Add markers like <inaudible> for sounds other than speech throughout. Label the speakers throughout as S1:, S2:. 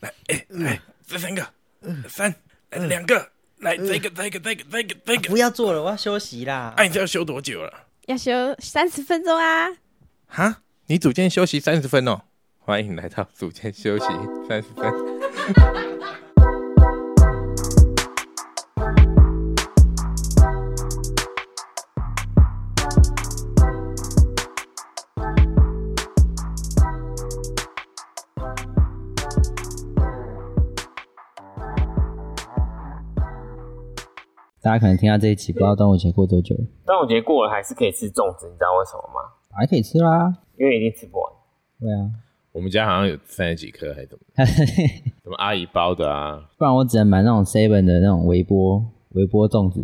S1: 来，哎，来，这三个，三，来两个，来这一个，这一个，这一个，这一个，这一个
S2: 不。要做了，我要休息啦。
S1: 哎，你这要休多久了？
S3: 要休三十分钟啊！
S1: 哈，你组间休息三十分哦。欢迎来到组间休息三十分。
S2: 大家可能听到这一期，不知道端午节过多久了，
S4: 端午节过了还是可以吃粽子，你知道为什么吗？
S2: 还可以吃啦。
S4: 因为一定吃不完。
S2: 对啊，
S1: 我们家好像有三十几颗，还是怎么？ <laughs> 什么阿姨包的啊？
S2: 不然我只能买那种 seven 的那种微波微波粽子。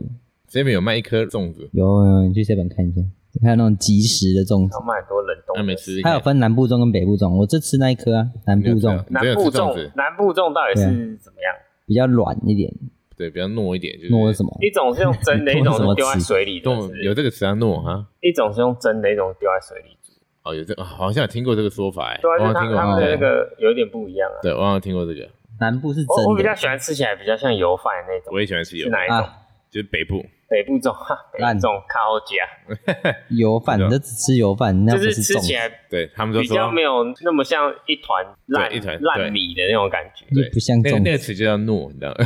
S1: 这边有卖一颗粽子，
S2: 有有有，你去 seven 看一下，还有那种即食的粽
S4: 要
S2: 子，
S4: 卖很多冷冻
S1: 那
S4: 的。
S1: 没吃。
S2: 它有分南部粽跟北部粽。我这吃那一颗啊，南
S1: 你
S2: 部
S1: 有吃
S2: 粽
S1: 啊，你真
S4: 南
S1: 的有
S4: 部
S1: 吃粽子
S4: 粽，？南部粽到底
S2: 啊
S4: 是怎么样？
S2: 比较软一点，
S1: 对，比较糯一点，就是
S2: 糯是什么？
S4: 一种是用
S2: <laughs>
S4: 蒸的，一种
S2: 你
S4: 是
S2: 为什
S4: 丢
S2: 么
S4: 在
S2: 吃
S4: 水里的，是不
S1: 糯
S4: 是
S1: 有这个词啊，糯啊。
S4: 一种是用蒸的，一种是丢在水里煮。
S1: 哦，有这啊好像有听过这个说法哎，
S4: 对啊，就
S1: 我好像
S4: 是他
S1: 听过
S4: 他们的
S1: 这
S4: 那个有一点不一样啊。
S1: 对，我好像听过这个。
S2: 南部是
S4: 我
S2: 真
S4: 我比较
S2: 的
S4: 喜欢吃起来比较像油饭的那种
S1: 我，也喜欢吃油
S4: 是，哪一种？
S2: 啊，
S1: 就是北部
S4: 北部粽，哈北部
S2: 烂
S4: 粽靠家，
S2: 油饭，
S1: 对啊
S2: 你这只吃油饭，那
S4: 就
S2: 不
S4: 是吃
S2: 粽
S4: 起
S2: 子，
S4: 来
S1: 对他们都
S4: 比较
S1: 说
S4: 没有那么像一团烂
S1: 对一团对
S4: 烂米的那种感觉。
S1: 对
S2: 不像
S1: 那个
S2: 粽
S1: 那个
S2: 子
S1: 词就叫糯，你知道吗？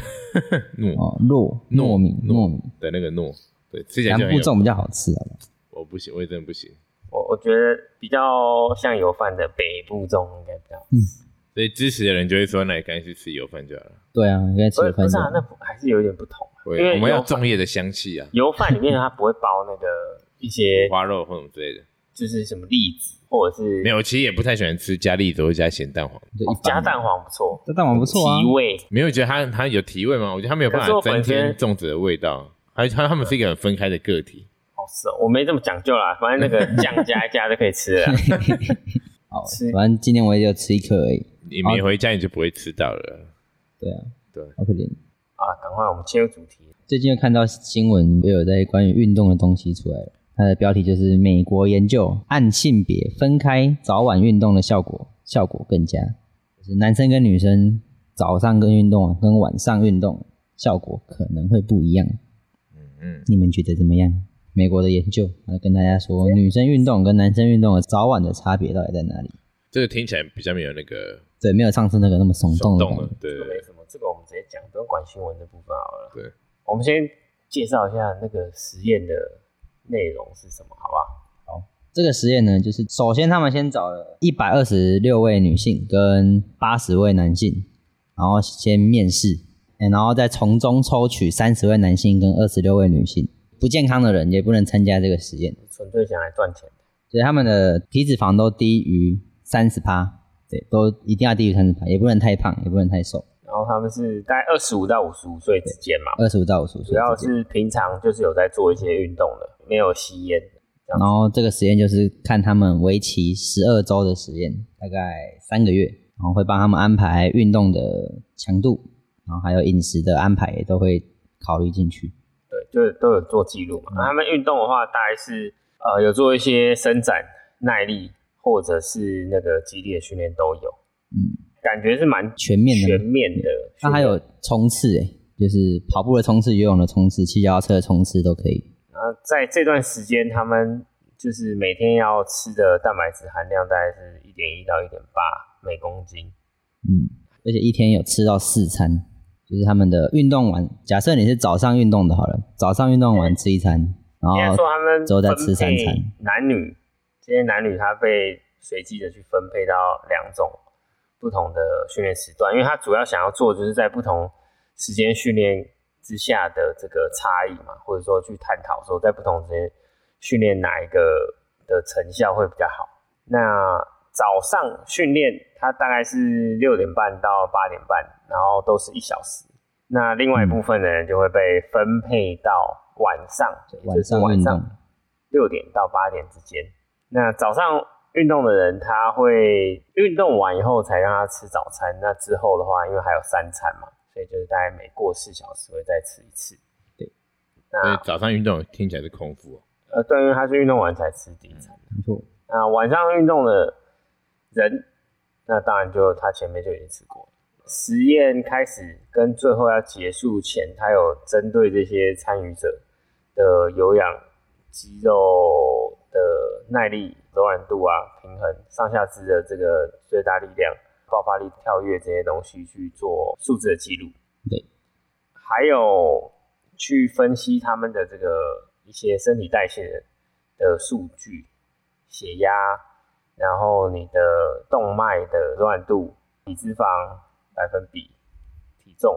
S1: <laughs> 糯
S2: 哦，糯糯米糯米，
S1: 对那个糯，对，吃起来
S2: 南
S1: 就很
S2: 部
S1: 有
S2: 粽比较好吃，好不好
S1: 我不行，我也真的不行。
S4: 我我觉得比较像油饭的北部粽应该比较好。
S1: 所以支持的人就会说，那你赶紧去吃油饭就好了。
S2: 对啊，应该吃
S4: 不是
S2: 油饭
S4: 不是啊，那
S2: 粽。
S4: 不还是有点不同啊。
S1: 我
S4: 因为
S1: 我们要
S4: 油饭
S1: 粽叶的香气啊，
S4: 油饭里面它不会包那个
S1: <laughs>
S4: 一些
S1: 花肉或什么之类的。
S4: 就是什么栗子或者是
S1: 没有，我其实也不太喜欢吃加栗子或加咸蛋黄，
S2: 就
S4: 哦
S2: 一
S4: 加
S2: 般
S4: 蛋黄不错，
S2: 这蛋黄不错啊
S4: 提，味
S1: 没有觉得它它有提味吗？我觉得它没有办
S4: 可是
S1: 法
S4: 我
S1: 增
S4: 本
S1: 添
S4: 身
S1: 粽子的味道，啊还它它们是一个很分开的个体。
S4: 好吃哦。我没这么讲究啦，反正那个酱加一加就可以吃
S1: <laughs>
S4: 了啦。
S2: 好
S4: 吃，
S2: 反正今天我也就吃一颗而已。
S1: 你每回家你就不会吃到了。
S2: 对啊，
S1: 对
S2: 好可怜。
S4: 啊，赶快我们切入主题。
S2: 最近又看到新闻，又有在关于运动的东西出来了。它的标题就是“美国研究按性别分开早晚运动的效果，效果更佳”，就是男生跟女生早上跟运动啊跟晚上运动效果可能会不一样。
S1: 嗯，
S2: 你们觉得怎么样？美国的研究，来跟大家说女生运动跟男生运动的早晚的差别到底在哪里？
S1: 这个听起来比较没有那个
S2: 对，没有上次那个那么耸动
S1: 手
S2: 的
S1: 动
S2: 感觉
S1: 了。，对对
S4: 这个没
S1: 对，
S4: 什么，这个我们直接讲，不用管新闻的部分好了。
S1: 对，
S4: 我们先介绍一下那个实验的内容是什么，好不好？
S2: 这个实验呢，就是首先他们先找了一百二十六位女性跟八十位男性，然后先面试，诶然后再从中抽取三十位男性跟二十六位女性，不健康的人也不能参加这个实验，
S4: 纯粹想来赚钱的，
S2: 所以他们的体脂肪都低于三十趴，对，都一定要低于三十趴，也不能太胖，也不能太瘦，
S4: 然后他们是大概二十五到五十五岁之间嘛，
S2: 二十五到五十五
S4: 主
S2: 岁
S4: 要
S2: 之间。
S4: 是平常就是有在做一些运动的，没有吸烟的。
S2: 然后这个实验就是看他们为期十二周的实验，大概三个月，然后会帮他们安排运动的强度，然后还有饮食的安排也都会考虑进去。
S4: 对，就是都有做记
S2: 嗯
S4: 录嘛。啊他们运动的话，大概是呃有做一些伸展、耐力，或者是那个激烈训练都有，
S2: 嗯，
S4: 感觉是蛮
S2: 全面的
S4: 全面的。
S2: 那还有，冲刺、欸，就是跑步的冲刺、游泳的冲刺、骑脚踏车的冲刺都可以。
S4: 然后啊在这段时间，他们就是每天要吃的蛋白质含量大概是一点一到一点八每公斤。
S2: 嗯，而且一天有吃到四餐，就是他们的运动完，假设你是早上运动的好了，早上运动完吃一餐，然
S4: 应该
S2: 后
S4: 哦说啊他们
S2: 之后再吃三
S4: 分
S2: 餐
S4: 配。男女这些男女他被随机的去分配到两种不同的训练时段，因为他主要想要做就是在不同时间训练之下的这个差异嘛，或者说去探讨说在不同时间训练哪一个的成效会比较好。那早上训练它大概是六点半到八点半，然后都是一小时。那另外一部分的人就会被分配到晚上，也就是晚
S2: 晚上运
S4: 上
S2: 动
S4: 六点到八点之间。那早上运动的人，他会运动完以后才让他吃早餐。那之后的话，因为还有三餐嘛，所以就是大概每过四小时会再吃一次。
S2: 对，
S1: 所以
S4: 那
S1: 早上运动听起来是空腹哦。
S4: 呃，对，因为他是运动完才吃第一餐。
S2: 没错，
S4: 那晚上运动的人，那当然就他前面就已经吃过了。实验开始跟最后要结束前，他有针对这些参与者的有氧肌肉的耐力、柔软度啊、平衡、上下肢的这个最大力量、爆发力、跳跃这些东西去做数字的记录。
S2: 对，
S4: 还有去分析他们的这个一些身体代谢的数据，血压，然后你的动脉的柔软度、体脂肪百分比、体重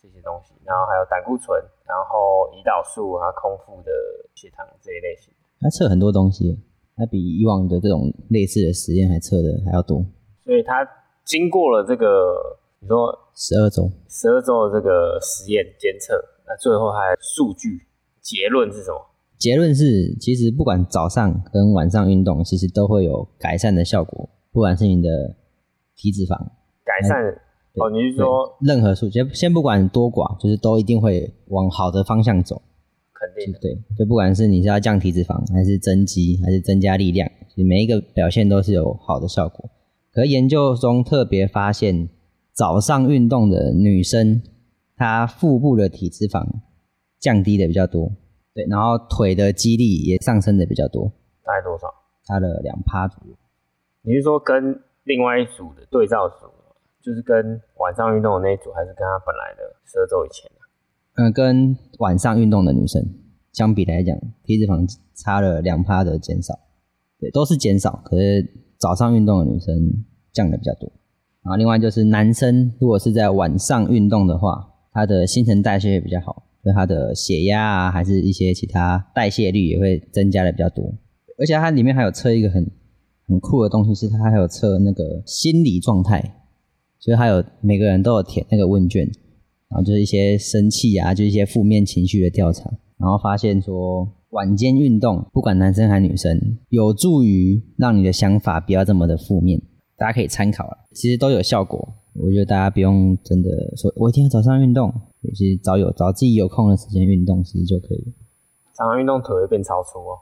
S4: 这些东西，然后还有胆固醇，然后胰岛素，然后空腹的血糖这一类型。
S2: 他测很多东西，他比以往的这种类似的实验还测的还要多，
S4: 所以他经过了这个你说
S2: 十二周。
S4: 十二周的这个实验监测，那最后还有数据结论是什么？
S2: 结论是，其实不管早上跟晚上运动，其实都会有改善的效果，不管是你的体脂肪，
S4: 改善、
S2: 哎对
S4: 哦，你是说
S2: 任何数，先先不管多寡，就是都一定会往好的方向走。
S4: 肯定的？
S2: 对，就不管是你是要降体脂肪，还是增肌，还是增加力量，其实每一个表现都是有好的效果。可是研究中特别发现，早上运动的女生，她腹部的体脂肪降低的比较多，对，然后腿的肌力也上升的比较多，
S4: 大概多少？
S2: 差了两趴左右。
S4: 你是说跟另外一组的对照组，就是跟晚上运动的那一组，还是跟他本来的十二周以前的？啊
S2: 嗯、跟晚上运动的女生相比来讲，体脂肪差了两趴的减少，对，都是减少，可是早上运动的女生降的比较多。然后另外就是男生如果是在晚上运动的话，他的新陈代谢也比较好，就他的血压啊，还是一些其他代谢率也会增加的比较多。而且它里面还有测一个很很酷的东西，是它还有测那个心理状态，就是还有每个人都有填那个问卷，然后就是一些生气啊，就是一些负面情绪的调查，然后发现说晚间运动，不管男生还女生，有助于让你的想法不要这么的负面，大家可以参考啊，其实都有效果。我觉得大家不用真的说，我一定要早上运动，其实找有找自己有空的时间运动，其实就可以了。
S4: 常常运动腿会变超粗哦。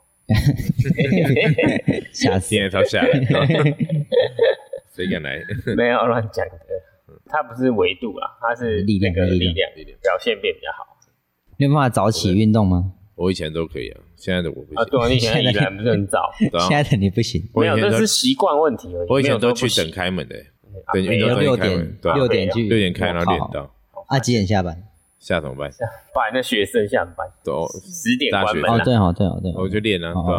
S2: 吓死！
S1: 现在超下
S4: <laughs>
S1: 来，谁敢来？ <laughs>
S4: 没有乱讲的，
S1: 嗯
S4: 它不是维度啦，它是
S2: 力量
S4: 那个
S2: 力
S4: 力
S2: 量
S4: 量表现变比较好
S2: 你有办法早起运动吗？
S1: 我以前都可以啊，现在的我不
S4: 啊。对
S1: 行。
S4: 啊，你以前依然不是很早，
S1: <laughs> 对啊
S2: 现在的你不行，
S1: 我
S4: 没
S1: 以
S4: 有，
S1: 前
S4: 这
S1: 都
S4: 是习惯问题而已。
S1: 我以前都
S4: 没有
S1: 去
S4: 不行
S1: 等开门的欸，
S4: 啊
S1: 等运动
S4: 没
S1: 到
S4: 有
S1: 一
S2: 六
S1: 开门
S2: 点
S1: 对啊
S2: 六点去，
S1: 六点开，然后六
S2: 我
S1: 点
S2: 靠
S1: 到，
S2: 啊，几点下班？
S1: 下怎么办？
S4: 把那学生下班，
S1: 走，
S4: 十点
S1: 大
S4: 关
S1: 学
S4: 门
S2: 哦，
S4: 啊。
S2: 对哦，对哦，对哦，
S1: 我就练啊，
S2: 哦
S1: 对啊，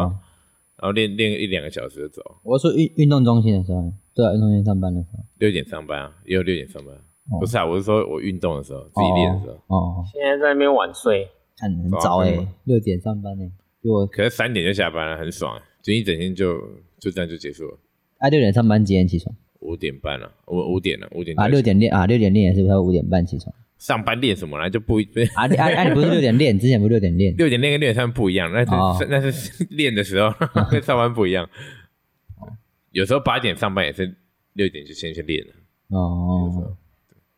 S1: 然后练练一两个小时就走，
S2: 我说运运动中心的时候，对啊，运动中心上班的时候，
S1: 六点上班啊，也有六点上班啊
S2: 哦。
S1: 不是啊，我是说我运动的时候，自己练的时候，
S2: 哦，哦，哦
S4: 现在在那边晚睡，
S2: 看很早
S1: 对啊
S2: 哎，六点上班哎，比我
S1: 可是三点就下班了，很爽，啊就一整天就就这样就结束了。
S2: 啊六点上班几点起床？
S1: 五点半了，我五点了，五点
S2: 啊，
S1: 就
S2: 六点练啊，六点练也是不是五点半起床？
S1: 上班练什么啦？就不一 <laughs>
S2: 啊啊啊！你不是六点练，之前不是六点练？
S1: 六点练跟六点上班不一样，那是、
S2: 哦
S1: <laughs> 那是练的时候 <laughs> 跟上班不一样。
S2: 哦
S1: 有时候八点上班也是六点就先去练了，
S2: 哦哦，
S1: 有时候
S2: 哦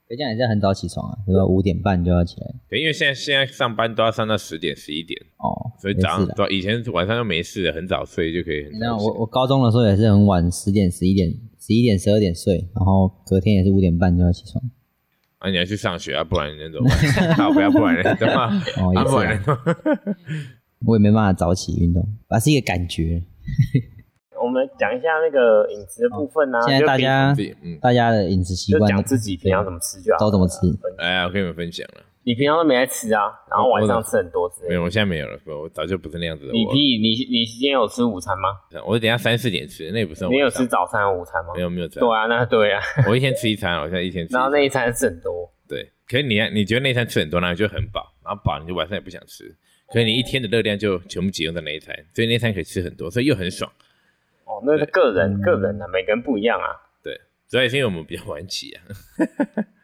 S2: 可这样也是很早起床啊，对吧？五点半就要起来
S1: 对，因为现在现在上班都要上到十点十一点，
S2: 哦，
S1: 所以
S2: 没事
S1: 早上
S2: 的
S1: 早以前晚上都没事了，很早睡就可以很
S2: 那
S1: 早
S2: 我
S1: 起。
S2: 我高中的时候也是很晚，十点、十一点、十一点、十二点睡，然后隔天也是五点半就要起床。
S1: 啊，你要去上学啊，不然那种 <laughs> 好不要不然的话，
S2: 哦，
S1: 啊
S2: 也
S1: 不
S2: 是、
S1: 然
S2: 啊，
S1: 的话，
S2: 我也没办法早起运动，啊，是一个感觉。
S4: 我们讲一下那个饮食的部分啊。
S2: 现在
S4: 就
S2: 大
S4: 平
S2: 家
S1: 自己嗯，
S2: 大家的饮食习
S4: 就
S2: 惯
S4: 讲自己平常怎么吃就好了，啊
S2: 都怎么吃
S1: 哎呀，我跟你们分享了，
S4: 你平常都没在吃啊，然后晚上吃很多之
S1: 没
S4: 类的。
S1: 有，我现在没有了，我早就不是那样子的
S4: 你
S1: 我。
S4: 屁，你你今天有吃午餐吗？
S1: 我等一下三四点吃，那也不算晚上。
S4: 你有吃早餐和午餐吗？
S1: 没有没有这样
S4: 对啊，那
S1: <laughs>
S4: 对啊，
S1: 我一天吃一餐，我现在一天吃一餐。
S4: 然后那一餐吃很多，
S1: 对，可是你你觉得那一餐吃很多，那你就很饱，然后饱你就晚上也不想吃，可是你一天的热量就全部集中在那一餐，所以那一餐可以吃很多，所以又很爽。
S4: 哦，那是
S1: 对
S4: 个人个人啊，每个人不一样啊。
S1: 对，主要也是因为我们比较晚起
S4: <laughs>
S1: 啊。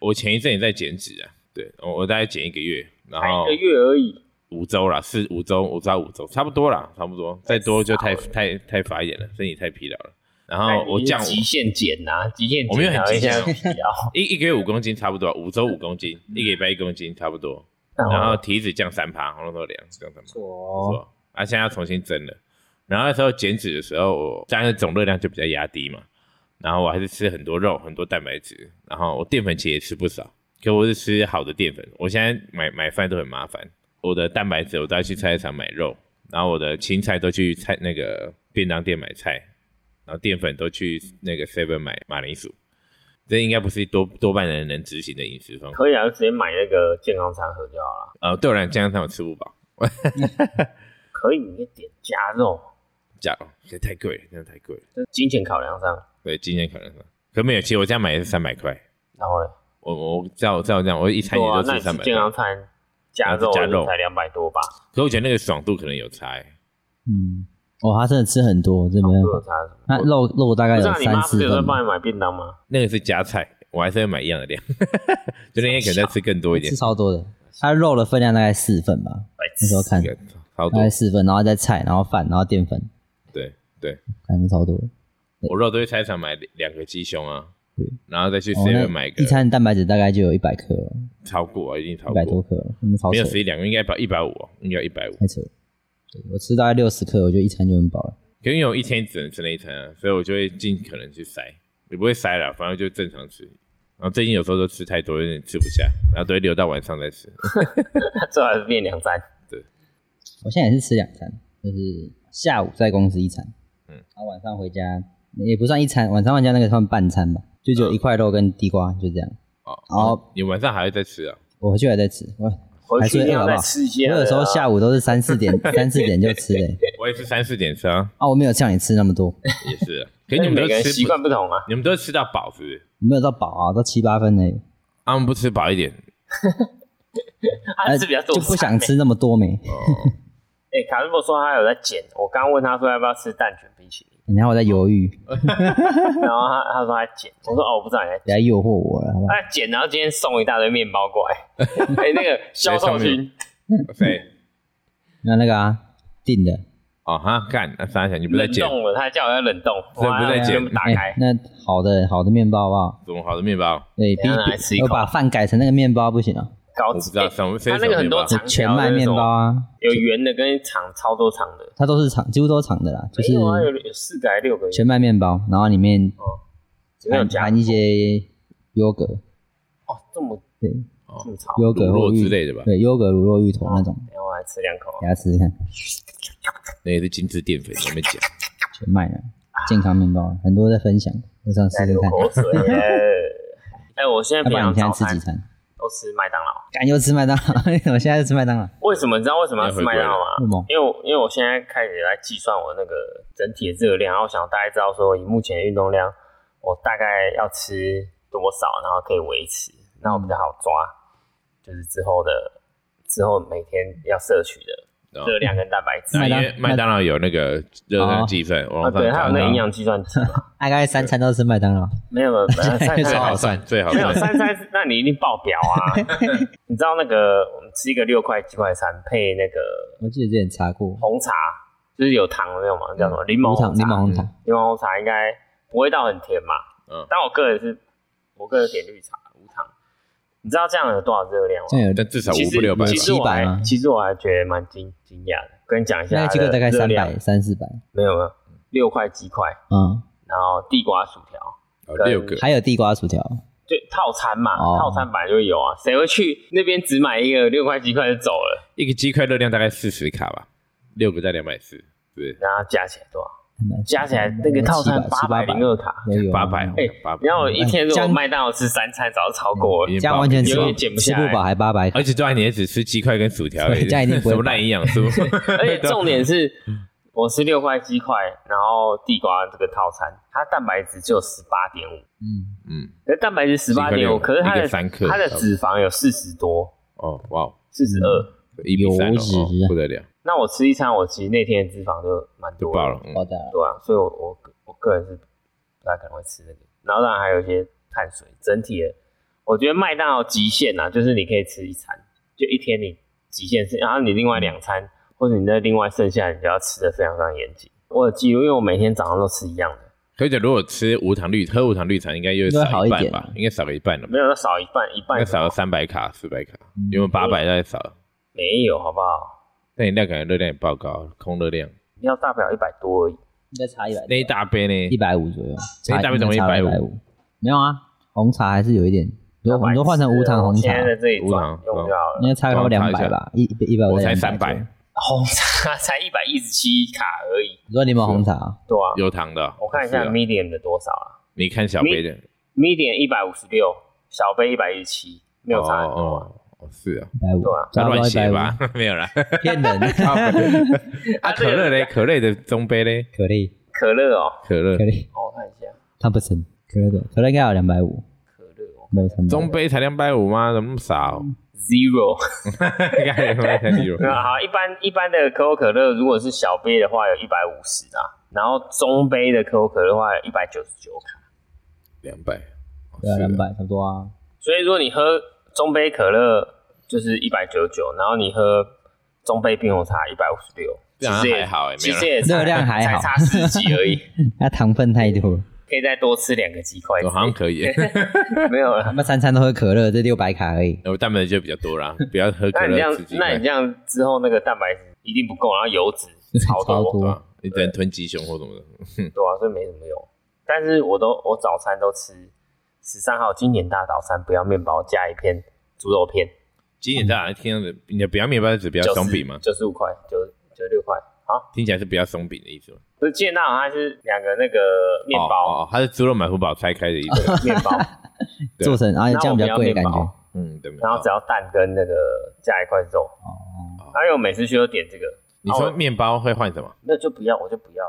S1: 我前一阵也在减脂啊，对我我大概减一个月，然
S4: 才
S1: 后
S4: 一个月而已，
S1: 五周啦，四五周，我抓五周，差不多啦，差不多，再多就太太太乏一点了，身体太疲劳了。然
S4: 哎
S1: 后
S4: 你
S1: 我
S4: 是
S1: 降
S4: 极限减呐，极限减啊
S1: 我没有很
S4: 然后
S1: 极限
S4: 现在
S1: <laughs>
S4: 疲劳
S1: 一一个月五公斤差不多，五周五公斤，一个礼拜一公斤差不多，
S4: 那
S1: 然后
S4: 我
S1: 体脂降三趴，红豆量降三趴。
S4: 哦
S1: 不错，啊，现在要重新蒸了。然后那时候减脂的时候，我当然总热量就比较压低嘛。然后我还是吃很多肉，很多蛋白质，然后我淀粉其实也吃不少，可我是吃好的淀粉。我现在买买饭都很麻烦，我的蛋白质我都要去菜市场买肉，然后我的青菜都去菜那个便当店买菜，然后淀粉都去那个 seven 买马铃薯。这应该不是多多半人能执行的饮食方法。
S4: 可以啊，就直接买那个健康餐盒就好了。
S1: 呃，对我来讲，这样我吃不饱，
S4: 可以，你可以点加肉，
S1: 假哦，这太贵了，真的太贵了。
S4: 就是金钱考量上。
S1: 对，今年可能是，可没有，其实我这样买也是三百块。
S4: 然后嘞，
S1: 我我我照我照这样，我一餐也
S4: 对啊
S1: 就
S4: 那
S1: 吃
S4: 你
S1: 三
S4: 吃
S1: 百
S4: 健康
S1: 块。
S4: 餐加
S1: 然后
S4: 肉
S1: 再加肉
S4: 才两百多吧，
S1: 可我觉得那个爽度可能有差、欸。
S2: 嗯，哦，他真的吃很多，这没办
S4: 不有
S2: 法。
S4: 差什么。
S2: 那肉肉大概有
S4: 不是啊，你妈
S2: 三
S4: 不
S2: 四
S4: 是有在
S2: 份吧，
S4: 帮你买便当吗？
S1: 那个是加菜，我还是会买一样的量， <laughs> 就那天可能再吃更多一点
S2: 吃。超多的。他肉的分量大概四份吧，那
S4: 哎
S2: 时候看
S1: 这个超
S2: 大
S1: 多
S2: 概，四份，然后再菜，然后饭，然后淀粉，
S1: 对对，
S2: 感觉超多的。
S1: 我肉都会菜场买两个鸡胸啊
S2: 对，
S1: 然后再去
S2: 哦
S1: seven
S2: 那
S1: 买个
S2: 一，餐蛋白质大概就有一百克了，
S1: 超过啊，一定超
S2: 一百多
S1: 过，
S2: 克了，真的超
S1: 没
S2: 扯
S1: 有，十一两个应该把一百五，哦应该一百五。
S2: 太扯了。对我吃大概六十克，我就一餐就很饱了。
S1: 可因为我一天只能吃那一餐啊，所以我就会尽可能去塞，也不会塞了，反正就正常吃。然后最近有时候都吃太多，有点吃不下，然后都会留到晚上再吃。
S4: <laughs> 最后还是变两餐。
S2: 我现在也是吃两餐，就是下午在公司一餐，
S1: 嗯
S2: 嗯，然后晚上回家也不算一餐，晚上回家那个算半餐吧，就只有一块肉跟地瓜，就这样。
S1: 哦，
S2: 好
S1: 你晚上还会再吃啊？
S2: 我回去还在吃，我
S4: 回
S2: 还
S4: 去
S2: 是
S4: 一
S2: 会
S4: 定
S2: 饿好
S4: 要
S2: 不
S4: 再
S2: 好？
S4: 吃一些。
S2: 我有时候下
S4: 午
S2: 午都是三四点，三四点就吃嘞、
S1: 我也是三四点吃啊，
S2: 啊，我没有像你吃那么多，我
S1: 也是
S4: <laughs>
S1: 啊。可是你们
S4: 每
S1: 都
S4: 个人
S1: 吃
S4: 习惯不同啊。
S1: 你们都吃到饱是不是？
S2: 没有到饱啊，到七八分
S4: <laughs>
S2: 嘞、
S1: 他们不吃饱一点
S4: 他吃比较多
S2: 哎就
S4: 餐，
S2: 不想吃那么多没、
S1: 哦。
S4: 哎、卡斯伯说他有在减，我刚问他说要不要吃蛋卷冰
S2: <laughs>
S4: 淇淋，
S2: 然后我在犹豫，
S4: <laughs> 然后他他说他减，我说哦我不知道你在
S2: 不
S4: 减，
S2: 要诱惑我了，好不好？
S4: 他减，然后今天送一大堆面
S2: <laughs>
S4: 包过来，哎、那个销售群 <laughs>
S1: 谁？
S2: 那那个啊，定的，
S1: 哦哈，干那三小你不在
S4: 冷
S1: 减
S4: 冻了，他叫我要冷冻，
S1: 所以不在减
S4: 我把它全部打
S2: 哎、
S4: 开，
S2: 那好的好的面包好不好？
S1: 什么好的面包？
S2: 对，比
S4: 等一下拿来吃一
S2: 比
S4: 口
S2: 我把饭改成那个面包不行啊，
S4: 高
S1: 我不知道什么，谁
S4: 他
S1: 什
S4: 那个
S1: 么
S4: 很
S1: 面
S4: 多
S1: 包？
S4: 长条
S2: 全麦面包啊，
S4: 哎有圆的跟长超多长的，
S2: 它都是长，几乎都是长的啦，就是
S4: 没有啊，有有四个还六个，
S2: 全麦面包，然后里面
S4: 里面有
S2: 含
S4: 加
S2: 含一些优格，
S4: 哦，这么
S2: 对，
S4: 这么长，
S2: 优
S1: 乳
S2: 格
S1: 酪
S2: 或芋
S1: 之类的吧
S2: 对，优格乳酪芋头那种，
S4: 然后我来吃两口啊，
S2: 给大家试试看，
S1: 那也是精致淀粉，你们讲。
S2: 全麦的健康面包，很多在分享，我想试
S4: 再
S2: 试
S4: 流
S2: 看。
S4: 口水耶。
S2: <laughs>
S4: 哎、我现在
S2: 要不
S4: 平
S2: 然
S4: 常
S2: 你现
S4: 早
S2: 在吃
S4: 餐
S2: 几餐？
S4: 都吃麦当劳，
S2: 敢又吃麦当劳？ <laughs> 我现在就吃麦当劳，
S4: 为什么？你知道为什么要吃麦当劳吗？
S2: 为什么？
S4: 因为我因为我现在开始来计算我那个整体的热量，然后想大概知道说，以目前的运动量，我大概要吃多少，然后可以维持，那我比较好抓，就是之后的之后每天要摄取的
S1: 哦
S4: 热量跟蛋白质。
S1: 那
S2: 麦
S1: 因
S2: 当
S1: 为麦当劳有那个热量计算，
S4: 啊，
S1: 网上
S4: 对，它
S1: 查
S4: 有那个
S1: 到
S4: 营养计算机
S1: <laughs>
S4: 嘛，
S2: 大概三餐都吃麦当劳，
S4: 没有没有，三
S1: 最
S2: 超
S1: 好
S2: 好
S1: 算，
S4: 餐
S2: 算
S1: 哎最好
S2: <laughs>
S4: 没有
S1: 算。
S4: 三餐，那你一定爆表啊！你知道那个我们吃一个六块鸡块餐配那个
S2: 我记得之前查过，
S4: 红茶，就是有糖的那种嘛，叫什么柠檬
S2: 无糖
S4: 红茶嗯
S2: 柠嗯檬红茶，
S4: 柠檬红茶应该不会到很甜嘛。
S1: 嗯，
S4: 但我个人是，我个人点绿茶无糖。你知道这样有多少热量吗？
S2: 这样有
S1: 但至少
S4: 其
S1: 五
S4: 实
S1: 不六百吧
S4: 其。实我还
S2: 700吗
S4: 其实我还觉得蛮惊惊讶的。跟你讲一下
S2: 那
S4: 它
S2: 个鸡块
S4: 的
S2: 大概
S4: 热
S2: 三
S4: 量，
S2: 百三四百，
S4: 没有没有，六块鸡块，
S2: 嗯，
S4: 然后地瓜薯条，
S1: 哦
S4: 跟
S1: 六个，
S2: 还有地瓜薯条，
S4: 就套餐嘛，
S2: 哦
S4: 套餐本来就有啊，谁会去那边只买一个六块鸡块就走了？
S1: 一个鸡块热量大概四十卡吧，六个在两百四，
S2: 啊
S1: 对，
S4: 然后加起来多少？加起来那个套餐八
S2: 七
S4: 百
S2: 百
S4: 零二卡。
S2: 有有
S1: 八百，
S4: 哎
S1: 八百
S4: 然。后我一天如果
S2: 将
S4: 麦当劳吃三餐，早就超过了
S1: 嗯已经
S2: 这样完全吃
S4: 有
S2: 不
S4: 点减不
S2: 吃
S4: 下来哎
S2: 不饱，还八百卡
S1: 而，且对啊，你也只吃鸡块跟薯条而已，
S2: 对这样一定不会
S1: 什么烂营养素。
S2: <laughs>
S4: 而且重点是，我吃六块鸡块，然后地瓜这个套餐，它蛋白质只有十八点五，
S2: 嗯，
S1: 嗯，
S4: 可是蛋白质十八点
S1: 一个
S4: 五，可是它
S1: 一
S4: 的
S1: 个三克
S4: 它的脂肪有四十多，
S1: 哦，哇，
S4: 四十二。
S1: 一比三
S2: 油
S1: 哦
S2: 脂
S1: 哦
S2: 啊，
S1: 不得了，
S4: 那我吃一餐，我其实那天的脂肪就蛮
S1: 就
S4: 多的
S1: 爆了。嗯
S2: 好的，
S4: 对啊，所以我我我个人是不太可能会吃那个。然后当然还有一些碳水，整体的，我觉得麦当劳极限啊，就是你可以吃一餐，就一天你极限是，然后你另外两餐或者你那另外剩下，你就要吃的非常非常严谨。我有记录，因为我每天早上都吃一样的，
S1: 可以讲，如果吃无糖绿喝无糖绿茶，应该又
S2: 应该
S1: 少
S2: 好一
S1: 半
S2: 点
S1: 吧，应该少了一半了吧，
S4: 没有少一半，一
S1: 应该
S4: 半
S1: 少了三百卡、四百卡，
S2: 嗯
S1: 因为八百大概少了。
S4: 没有，好不好？
S1: 那饮料感觉热量也爆高，空热量
S4: 你要大不了一百多而已，
S2: 应该差一百
S1: 那一大杯
S2: 一
S1: 呢？
S2: 百五左右，
S1: 那
S2: 差
S1: 一大杯怎么
S2: 差
S1: 150
S2: 五？没有啊，红茶还是有一点，比如你说换成无糖红茶
S4: 啊现，在在这里
S1: 无
S4: 转
S1: 糖嗯
S4: 用就好
S2: 应该
S4: 了。
S2: 差不多
S1: 我查
S2: 两
S1: 一下
S2: 百吧，一一百五
S1: 我才
S2: 三
S1: 300，
S4: 红茶 <laughs> 才一百一十七卡而已，
S2: 你说柠檬红茶啊，
S4: 对啊。
S1: 有糖的哦，
S4: 我看一下
S1: 是哦
S4: medium 的多少啊
S1: 你看小杯的，
S4: ？medium 一百五十六，小杯一百一十七，没有差很多啊。
S1: 哦哦，是啊，
S2: 一百五
S4: 对啊，
S1: 他
S2: 差不
S1: 乱
S2: 多一
S1: 写
S2: 百
S1: 吧 <laughs>
S2: 五，，
S1: 没有啦。
S2: 骗人，
S1: <laughs> 啊，可乐嘞，可乐的中杯嘞，
S2: 可丽
S4: 可乐哦，
S1: 可乐
S2: 可丽，
S4: 哦我看一下，
S2: 汤普森可乐的可乐应该有两百五，
S4: 可乐哦
S2: 没有三百。
S1: 中杯才两百五吗？怎么那么少？ <laughs>
S4: ，zero。
S1: 应该两百才有
S4: 那好，一般一般的可口可乐如果是小杯的话有一百五十啊，然后中杯的可口可乐的话有一百九十九卡，
S1: 两百，哦
S2: 对啊，
S1: 是啊
S2: 两百差不多啊。
S4: 所以如果你喝中杯可乐就是一百九十九，然后你喝中杯冰红茶一百五十六，
S1: 这
S4: 其
S1: 样
S4: 实也
S1: 还好欸没
S4: 其
S1: 有
S4: 实也才
S2: 热量还好
S4: 才差十几而已，
S2: 那糖分太多了，
S4: 可以再多吃两个鸡块之类
S1: 我 <laughs>
S4: 的。
S1: 好像可以。
S4: 没有
S2: 他
S4: 了。
S2: 们三餐都喝可乐，这六百卡而已。
S1: 我蛋白质就比较多啦，不要喝
S4: 那
S1: 可
S4: 你这
S1: 乐
S4: 样
S1: 刺，激
S4: 那
S1: 快。
S4: 你这样之后那个蛋白质一定不够，然后油脂超
S2: <laughs> 超
S4: 多，
S2: 多
S1: 对啊你只能吞鸡胸或什么的。
S4: 对啊，所以没什么用。但是我都我早餐都吃十三号经典大早餐，不要面包加一片猪肉片，
S1: 今年大家听到的，你的不要面包纸，不要松饼吗？
S4: 九十五块，九九十六块啊。
S1: 听起来是不要松饼的意思吗？
S4: 不是经典大早餐是两个那个面包，
S1: 哦，哦它是猪肉满福堡拆开的意思。
S4: <laughs> 面包，
S1: 对
S2: 做成啊，
S4: 然
S2: 这
S4: 后
S2: 样
S4: 我不
S2: 比较
S4: 要
S2: 贵的感
S4: 面
S2: 觉。
S4: 包，
S1: 嗯，对。
S4: 然后只
S1: 哦
S4: 要蛋跟那个加一块肉。
S2: 哦，
S4: 还有每次去都点这个，
S1: 你说面包会换什么？
S4: 那就不要，我就不要。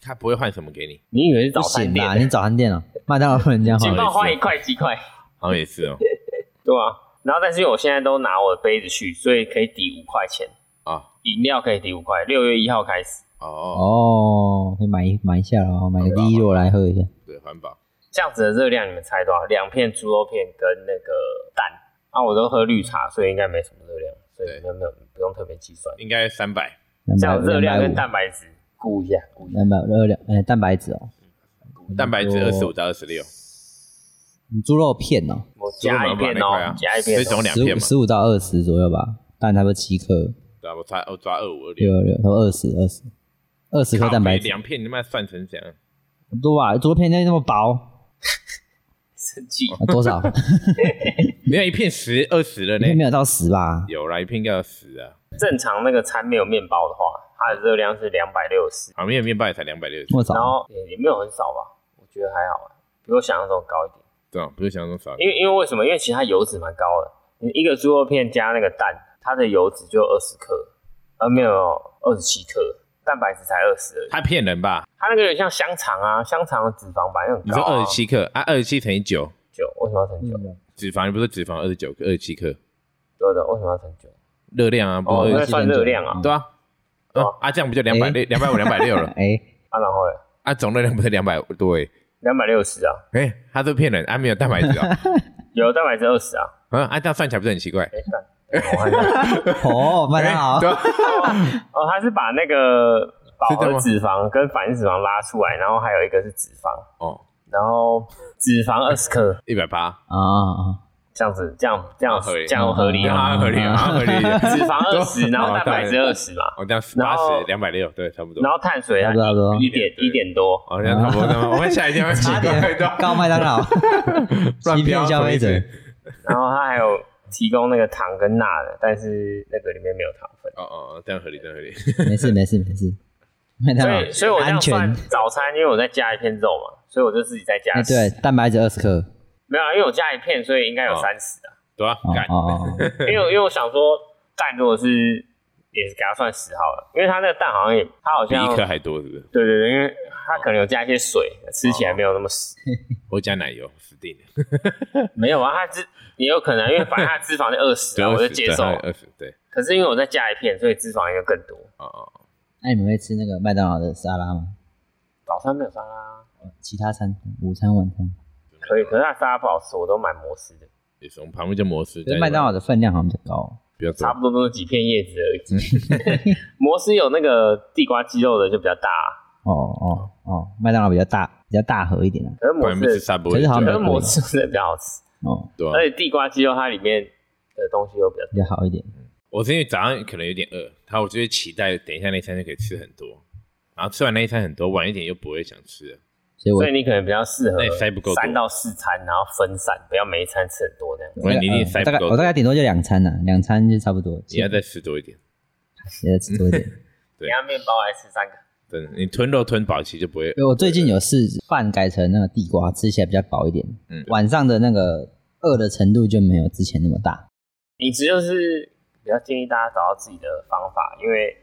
S1: 它不会换什么给你，
S4: 你以为是
S2: 不
S4: 早餐
S2: 行
S4: 店
S2: 啦，？你早餐店啊，麦当劳不能这样
S1: 好像
S4: 请
S1: 也
S4: 帮我
S1: 是
S4: 换一块鸡块。
S1: 好像也是哦。
S4: 对啊，然后但是因为我现在都拿我的杯子去，所以可以抵五块钱，
S1: 啊
S4: 饮料可以抵五块。六月一号开始，
S1: 哦，
S2: 哦，可以买一买一下了，买
S1: 好
S2: 个
S1: 吧
S2: 鸡肉来喝一下。
S1: 对，环保。
S4: 这样子的热量你们猜多少？两片猪肉片跟那个蛋。啊，我都喝绿茶，所以应该没什么热量，所
S1: 对
S4: 以没有没有不用特别计算。
S1: 应该三百，
S2: 两
S4: 这
S2: 百
S4: 样
S2: 五，
S4: 热量跟
S2: 两百
S4: 蛋白质估一下，估一
S2: 五，
S4: 下。
S2: 两百热量，呃，蛋白质哦，
S1: 蛋白质
S2: 差
S1: 二
S2: 不
S1: 十
S2: 多
S1: 五到二十六，
S2: 猪肉片哦，
S4: 我加一片
S1: 猪肉
S4: 哦
S1: 嘛那块啊，
S4: 加一片
S1: 所以总
S4: 哦。
S1: 两
S2: 十
S1: 片
S2: 五
S1: 嘛，
S2: 十五到二十左右吧，蛋差不多七克，
S1: 对啊吧？我抓我抓二五二
S2: 六
S1: 六，
S2: 二六，差不多二十二十，二十克蛋白
S1: 靠北
S2: 质，
S1: 两片，你妈算成怎样？
S2: 不多吧？猪肉片那那么薄，
S4: 生气，
S2: 啊多
S1: <laughs>
S2: 少？
S1: 没有一片十二十了
S2: 应该没
S1: 呢？
S2: 有到十吧？
S1: 有啦，一片应该要十啊。
S4: 正常那个餐没有面包的话，它的热量是两百六十，
S1: 旁边的面包也才两百六十
S2: 这，么少
S4: 然？后也也没有很少吧，我觉得还好啊，比我想象中高一点。
S1: 对吧？不是想象中少。
S4: 因为因为为什么？因为其实它油脂蛮高的，你一个猪肉片加那个蛋，它的油脂就二十克，呃，没有二十七克，蛋白质才二十而已。
S1: 他骗人吧？
S4: 它那个有点像香肠啊，香肠的脂肪本来
S2: 哦
S4: 就很
S1: 你
S4: 高、
S1: 说
S4: 啊。
S1: 二十七嗯克啊，二十七乘以九，
S4: 九，为什么要乘九？
S1: 脂肪你不是脂肪二十九克，二十七克
S4: 对的，为什么要乘九？
S1: 热量啊，不
S4: 哦
S1: 是
S4: 那
S1: 二
S2: 27
S1: 十
S4: 算
S2: 跟
S4: 热
S2: 九
S4: 量啊
S1: 对啊，啊啊这样不就两百六、两百五、两百六
S2: <laughs>
S1: 了？
S2: 哎，
S1: <laughs>
S4: 啊，然后
S1: 啊，总热量不是两百多哎？
S4: 两百六十啊，
S1: 哎，他是骗人啊，没有蛋白质啊，
S4: 有蛋白质二十啊，
S1: 啊啊这样算起来不是很奇怪？
S4: 哎、蛋。我看一
S1: <laughs>
S4: 下
S2: 哦，麦当
S1: 哎
S2: 劳
S1: 对，啊，
S4: 哦，它是把那个饱
S1: 是这
S4: 和
S1: 吗
S4: 脂肪跟反式脂肪拉出来，然后还有一个是脂肪，
S1: 哦，
S4: 然后脂肪二十克，
S1: 一百八，
S2: 啊啊，啊
S4: 这样子，这样这样
S1: 啊合理
S4: 这样合理
S1: 好
S4: 吗？
S1: 像合理，好像合理一点。
S4: 脂肪二十，然后蛋白质
S1: 哦
S4: 二十嘛，
S1: 哦，这样十八
S4: 然后
S1: 十两百六，对，差不多。
S4: 然后碳水
S2: 差
S4: 啊
S2: 不多差不多
S4: 一点一点多，
S1: 哦，这样差不多。那么我们下一件会奇
S2: 差
S1: 怪
S2: 点
S1: 的，
S2: 告麦
S1: <laughs>
S2: 当劳，
S1: 乱
S2: 欺骗
S1: 标
S2: 消费者
S1: 什么意思。
S4: 然后它还有提供那个糖跟钠的，但是那个里面没有糖分，
S1: 哦哦，哦这样合理，这样合理。
S2: 没事没事没事，麦当
S4: 所
S2: 劳
S4: 以所以我
S2: 哦
S4: 这
S2: 安
S4: 样
S2: 全。
S4: 算早餐，因为我再加一片肉嘛，所以我就自己再加
S2: 哎，
S4: 十，
S2: 对，蛋白质二十克，
S4: 没有啊，因为我加一片，所以应该有
S1: 哦
S4: 三十
S1: <laughs>
S4: 啊，
S1: 对啊，
S2: 哦
S1: 干
S2: 哦哦， <laughs> 哦
S4: 因为我因为我想说蛋如果是也是给它算十好了，因为它那个蛋好像也它好
S1: 比
S4: 像
S1: 一颗还多，是不是？
S4: 对对对，因为它可能有加一些水，吃起
S1: 哦
S4: 来没有那么死。
S1: 我加奶油，死定了。
S4: 没有啊，它脂也有可能，因为反正它脂肪是二
S1: <laughs>
S4: 十
S1: 对，
S4: 啊，我就
S1: 二十，
S4: 接
S1: 对，
S4: 受。
S1: 二十，对，
S4: 可是因为我再加一片，所以脂肪应该更多。
S1: 哦哦，
S2: 那你们会吃那个麦当劳的沙拉吗？
S4: 早餐没有沙拉，
S2: 其他餐，午餐、晚餐，
S4: 可以，可是它沙拉不好吃，我都买摩斯的，
S1: 也是。我们旁边就摩斯，
S2: 可是麦当
S1: 劳
S2: 劳的分量好像比较高。
S1: 比较多
S4: 差。不多都是几片叶子而已。
S1: <laughs>
S4: 摩斯有那个地瓜鸡肉的就比较大、
S2: 哦哦哦，麦当劳比较大，比较大盒一点啊。
S4: 可是
S1: 不
S4: 摩
S1: 然
S4: 斯
S1: 不是
S4: 的，
S1: 沙
S2: 可是好像
S4: 可是
S2: 没
S4: 摩斯真的比较好吃，
S2: 哦，
S1: 对啊
S4: 而且地瓜鸡肉它里面的东西又比较
S2: 比较好一点。
S1: 我是因为早上可能有点饿，他我就会期待等一下那餐就可以吃很多，然后吃完那一餐很多，晚一点又不会想吃了。
S2: 所以我
S4: 所以你可能比较适合
S1: 那也塞不够多
S4: 三到四餐，然后分散，不要每一餐吃很多这样。
S1: 我你一定塞
S2: 嗯我
S1: 不
S2: 大概
S1: 够
S2: 我大
S1: 多，
S2: 概顶多就两餐呐，两餐就差不多。
S1: 你要再吃多一点，
S2: 也要吃多一点。
S1: 对
S4: 等一下面包来吃三个，
S1: 真的，你吞肉吞饱其实就不会
S2: 因为我最近有试饭改成那个地瓜，吃起来比较薄一点，
S1: 嗯
S2: 晚上的那个饿的程度就没有之前那么大。
S4: 饮食就是比较建议大家找到自己的方法，因为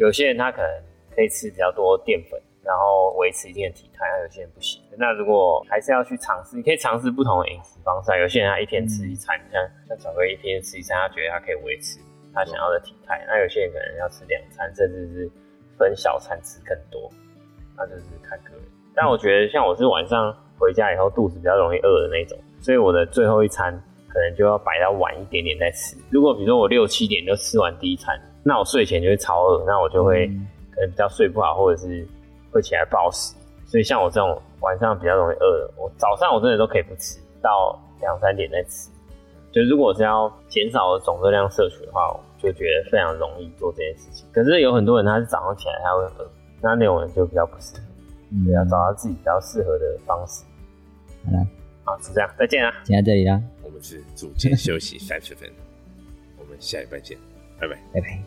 S4: 有些人他可能可以吃比较多淀粉，然后维持一定的体态，有些人不行。那如果还是要去尝试，你可以尝试不同的饮食方式啊。有些人他一天吃一餐，像像小哥一天吃一餐，他觉得他可以维持他想要的体态。那有些人可能要吃两餐，甚至是分小餐吃更多，那就是看个人。但我觉得像我是晚上回家以后肚子比较容易饿的那种，所以我的最后一餐可能就要摆到晚一点点再吃。如果比如说我六七点就吃完第一餐，那我睡前就会超饿，那我就会可能比较睡不好，或者是会起来暴食。所以像我这种晚上比较容易饿的，我早上我真的都可以不吃，到两三点再吃。就如果是要减少我总热量摄取的话，我就觉得非常容易做这件事情。可是有很多人他是早上起来他会饿，那那种人就比较不适合。
S2: 嗯，
S4: 要找到自己比较适合的方式。
S2: 好啦，
S4: 好，就这样，再见啊。
S2: 今天到这里啦，
S1: 我们是组间休息三十分钟，我们下一班见，拜拜。
S2: 拜拜。